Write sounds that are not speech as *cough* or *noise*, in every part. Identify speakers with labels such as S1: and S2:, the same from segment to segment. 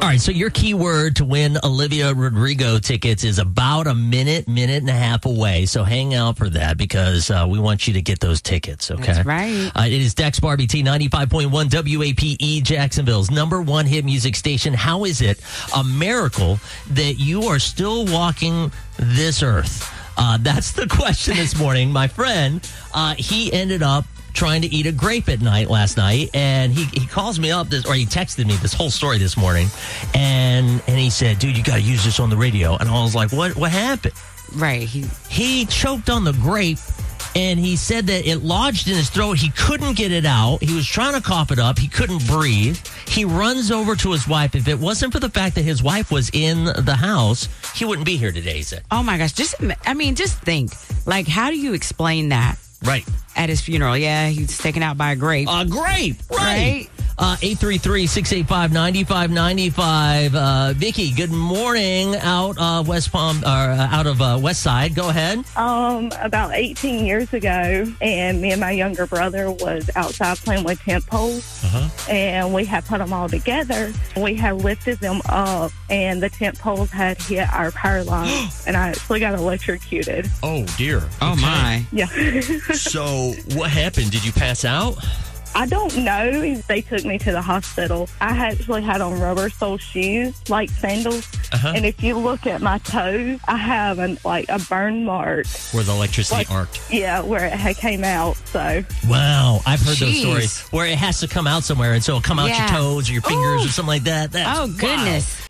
S1: All right, so your keyword to win Olivia Rodrigo tickets is about a minute, minute and a half away. So hang out for that because uh, we want you to get those tickets, okay?
S2: That's right.
S1: Uh, it is Dex Barbie T 95.1 WAPE E, Jacksonville's number one hit music station. How is it a miracle that you are still walking this earth? Uh, that's the question this morning. My friend, uh, he ended up trying to eat a grape at night last night and he, he calls me up this or he texted me this whole story this morning and and he said dude you gotta use this on the radio and i was like what what happened
S2: Right. He,
S1: he choked on the grape and he said that it lodged in his throat. He couldn't get it out. He was trying to cough it up. He couldn't breathe. He runs over to his wife. If it wasn't for the fact that his wife was in the house, he wouldn't be here today, he said.
S2: oh my gosh. Just, im- I mean, just think. Like, how do you explain that
S1: Right.
S2: at his funeral? Yeah, he's taken out by a grape.
S1: Uh, great. Right.
S2: Right.
S1: Uh, 833-685-9595. Uh, Vicky, good morning out of West Palm, or uh, out of uh, West Side. Go ahead.
S3: Um, about 18 years ago, and me and my younger brother was outside playing with tent poles, and we had put them all together. We had lifted them up, and the tent poles had hit our power line, and I actually got electrocuted.
S4: Oh dear.
S2: Oh
S4: Okay.
S2: my.
S3: Yeah, *laughs*
S4: So what happened? Did you pass out?
S3: I don't know. They took me to the hospital. I actually had on rubber sole shoes, like sandals, and if you look at my toes, I have an, like a burn mark.
S4: Where the electricity
S3: What?
S4: arced.
S3: Yeah, where it had came out. So
S1: Wow, I've heard those
S2: Jeez.
S1: stories where it has to come out somewhere, and so it'll come out
S2: Yeah.
S1: your toes or your fingers or
S2: Ooh.
S1: something like that. That's
S2: Oh,
S1: wild.
S2: goodness.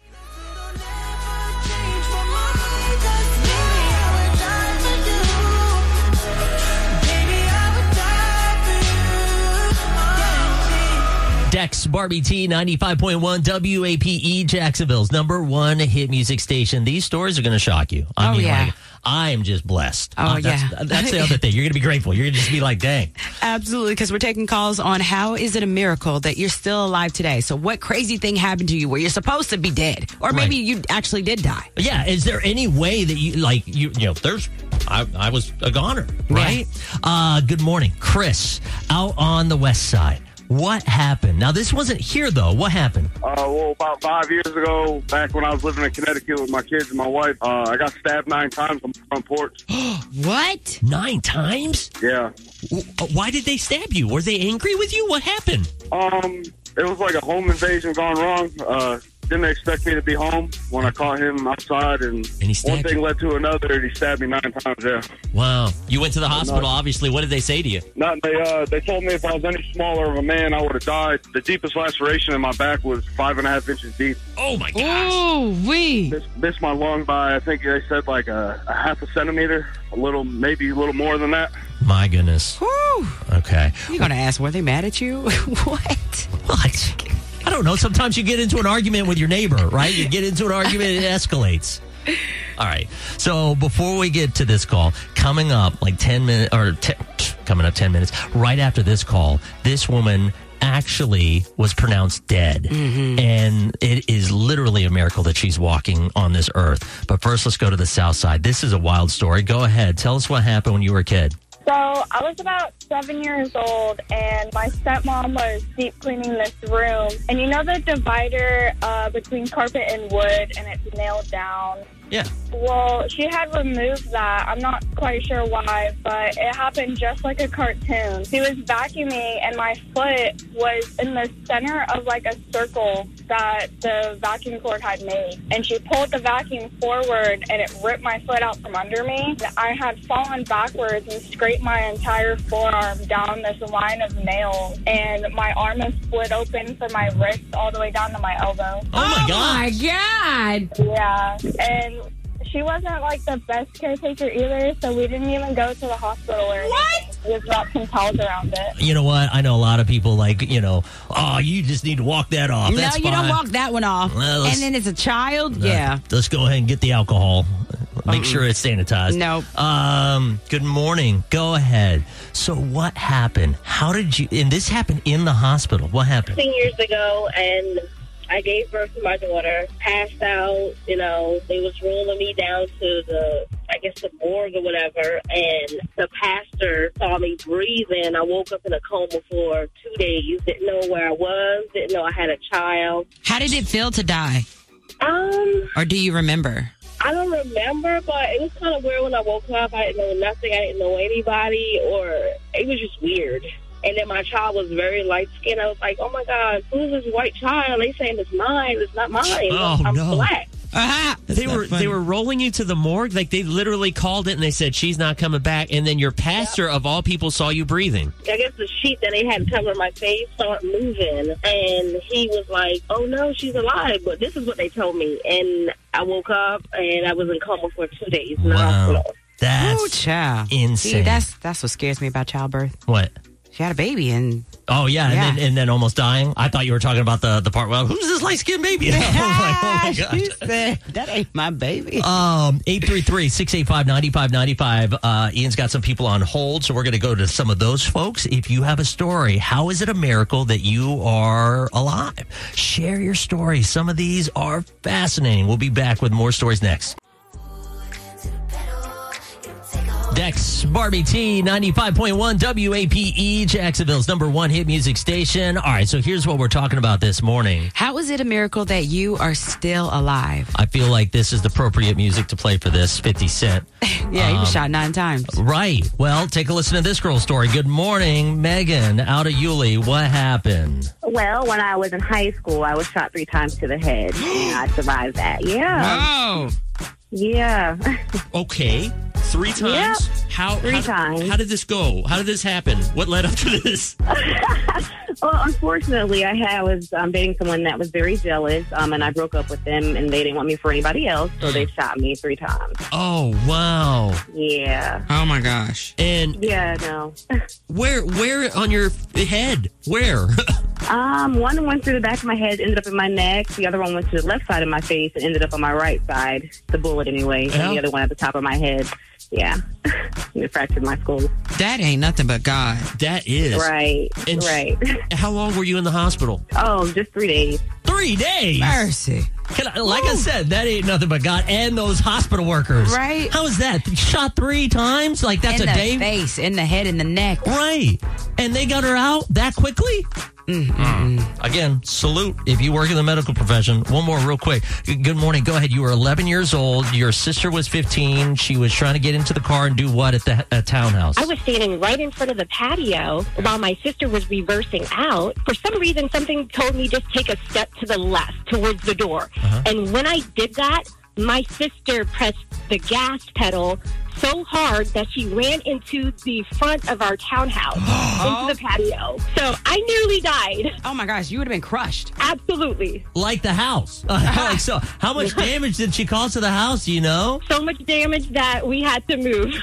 S1: Dex Barbie T ninety five point one WAPe E, Jacksonville's number one hit music station. These stories are going to shock you. I
S2: Oh,
S1: mean,
S2: yeah.
S1: like, I am just blessed.
S2: Oh,
S1: Uh, that's,
S2: yeah.
S1: that's the other thing. You're going to be grateful. You're going to just be like, dang.
S2: Absolutely, because we're taking calls on how is it a miracle that you're still alive today? So, what crazy thing happened to you where you're supposed to be dead, or maybe
S1: Right.
S2: you actually did die?
S1: Yeah, is there any way that you like you you know there's I, I was a goner, right? Uh good morning, Chris, out on the west side. What happened? Now this wasn't here though. What happened?
S5: Uh, well, about five years ago, back when I was living in Connecticut with my kids and my wife, uh, I got stabbed nine times on the
S1: *gasps*
S5: front porch.
S2: What?
S1: Nine times?
S5: Yeah.
S1: W- uh, Why did they stab you? Were they angry with you? What happened?
S5: Um, it was like a home invasion gone wrong. Uh, didn't expect me to be home when I caught him outside, and,
S1: he
S5: one
S1: stabbed
S5: thing
S1: you.
S5: led to another, and he stabbed me nine times. Yeah.
S1: Wow.
S4: You went to the hospital, obviously. What did they say to you?
S5: No, they uh, they told me if I was any smaller of a man, I would have died. The deepest laceration in my back was five and a half inches deep.
S4: Oh my gosh.
S2: Oh, we.
S5: Missed, missed my lung by I think they said like a, a half a centimeter, a little maybe a little more than that.
S1: My goodness.
S2: Woo.
S1: Okay.
S2: You're gonna ask, were they mad at you? *laughs* what?
S1: What? I don't know. Sometimes you get into an argument with your neighbor, right? You get into an argument, it escalates. All right. So before we get to this call, coming up like 10 minutes, or te- coming up 10 minutes, right after this call, this woman actually was pronounced dead. Mm-hmm. And it is literally a miracle that she's walking on this earth. But first, let's go to the South Side. This is a wild story. Go ahead. Tell us what happened when you were a kid.
S6: So I was about seven years old, and my stepmom was deep cleaning this room. And you know the divider uh, between carpet and wood, and it's nailed down.
S1: Yeah.
S6: Well, she had removed that. I'm not quite sure why, but it happened just like a cartoon. She was vacuuming, and my foot was in the center of like a circle that the vacuum cord had made. And she pulled the vacuum forward, and it ripped my foot out from under me. I had fallen backwards and scraped my entire forearm down this line of nails, and my arm was split open from my wrist all the way down to my elbow.
S1: Oh, my God.
S2: God.
S6: Yeah, and she wasn't like the best caretaker either, so we didn't even go to the hospital or anything.
S2: What?
S6: just wrapped some towels around it.
S1: You know what? I know a lot of people like, you know, oh, you just need to walk that off.
S2: no,
S1: That's
S2: you don't
S1: fine.
S2: walk that one off.
S1: Well, let's-
S2: and then it's a child.
S1: Uh,
S2: yeah.
S1: Let's go ahead and get the alcohol. Make sure it's sanitized.
S2: Nope.
S1: Um, good morning. Go ahead. So what happened? How did you and this happened in the hospital. What happened?
S7: 16 years ago and I gave birth to my daughter, passed out, you know, they was rolling me down to the, I guess the morgue or whatever, and the pastor saw me breathing. I woke up in a coma for two days, didn't know where I was, didn't know I had a child.
S2: How did it feel to die?
S7: Um,
S2: Or do you remember?
S7: I don't remember, but it was kind of weird when I woke up. I didn't know nothing. I didn't know anybody, or it was just weird. And then my child was very light skinned. I was like, oh my God, who's this white child? They saying it's mine. It's not mine.
S4: Oh,
S7: I'm
S4: no.
S7: black.
S2: Ah,
S4: They were they were rolling you to the morgue. Like they literally called it and they said she's not coming back. And then your pastor of all people saw you breathing.
S7: I guess the sheet that they had covering my face started moving. And he was like, oh no, she's alive. But this is what they told me. And I woke up and I was in coma for two days in the
S1: Wow.
S7: hospital.
S1: That's
S2: Ooh, child.
S1: insane.
S2: See, that's that's what scares me about childbirth.
S1: what?
S2: She had a baby and
S1: Oh yeah,
S2: Yeah.
S1: And, then, and then almost dying. I thought you were talking about the the part. Well, who's this light skinned baby? *laughs* I was like,
S2: *laughs*
S1: oh my
S2: *laughs* she
S1: gosh.
S2: said, that ain't my baby.
S1: Um, 833-685-9595. Uh, Ian's got some people on hold, so we're going to go to some of those folks. If you have a story, how is it a miracle that you are alive? Share your story. Some of these are fascinating. We'll be back with more stories next. Dex Barbie T 95.1 WAPE E, Jacksonville's number one hit music station. All right, so here's what we're talking about this morning.
S2: How is it a miracle that you are still alive?
S1: I feel like this is the appropriate music to play for this 50 Cent.
S2: Yeah, he was shot nine times.
S1: Right. Well, take a listen to this girl's story. Good morning, Megan out of Yulee. What happened?
S7: Well, when I was in high school, I was shot three times to the head, and I *gasps* survived that. Yeah,
S2: Oh,
S7: yeah. *laughs*
S4: Okay, three times. How
S7: Three
S4: how,
S7: times.
S4: How did this go? How did this happen? What led up to this?
S7: Well, unfortunately, I had I was um, dating someone that was very jealous, um, and I broke up with them, and they didn't want me for anybody else, so they shot me three times.
S4: Oh wow!
S7: Yeah,
S2: oh my gosh.
S4: And
S7: yeah, no.
S4: where where on your head?
S1: *laughs*
S4: Where?
S7: Um, one went through the back of my head, ended up in my neck. The other one went to the left side of my face and ended up on my right side. The bullet, anyway,
S4: Yeah.
S7: and the other one at the top of my head. Yeah, *laughs* it fractured my skull.
S2: That ain't nothing but God.
S4: that is
S7: Right,
S4: And sh-
S7: right. *laughs*
S4: How long were you in the hospital?
S7: Oh, just three days.
S1: Three days.
S2: Mercy.
S1: Can I- like I said, that ain't nothing but God and those hospital workers.
S2: Right.
S1: How is that? Shot three times? Like that's
S2: in
S1: a
S2: the
S1: day?
S2: face, in the head, in the neck.
S1: Right. And they got her out that quickly? Mm-hmm. Again, salute if you work in the medical profession. One more, real quick. G- Good morning. Go ahead. You were 11 years old. Your sister was 15. She was trying to get into the car and do what at the at townhouse?
S8: I was standing right in front of the patio while my sister was reversing out. For some reason, something told me just take a step to the left towards the door. And when I did that, my sister pressed the gas pedal so hard that she ran into the front of our townhouse, into the patio. So I nearly died.
S2: Oh my gosh, you would have been crushed.
S8: Absolutely.
S1: like the house. *laughs* like so, how
S2: *laughs*
S1: much damage did she cause to the house? You know?
S8: So much damage that we had to move.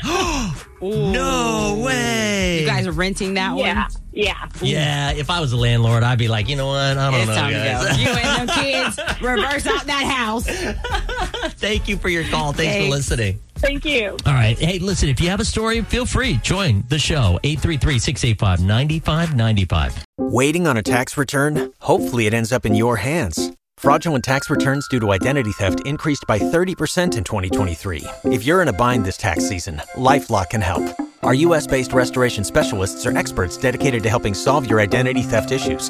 S1: No way.
S2: You guys are renting that
S8: yeah.
S2: one.
S8: Yeah.
S1: yeah. If I was a landlord, I'd be like, you know what? I don't
S2: It's
S1: know,
S2: time
S1: guys.
S2: to go. You and them kids reverse out that house.
S1: *laughs* Thank you for your call. Thanks for
S2: Thanks.
S1: listening.
S8: Thank you.
S1: All right. Hey, listen, if you have a story, feel free. Join the show. 833 685 9595.
S9: Waiting on a tax return? Hopefully, it ends up in your hands. Fraudulent tax returns due to identity theft increased by 30% in 2023. If you're in a bind this tax season, LifeLock can help. Our U.S. based restoration specialists are experts dedicated to helping solve your identity theft issues.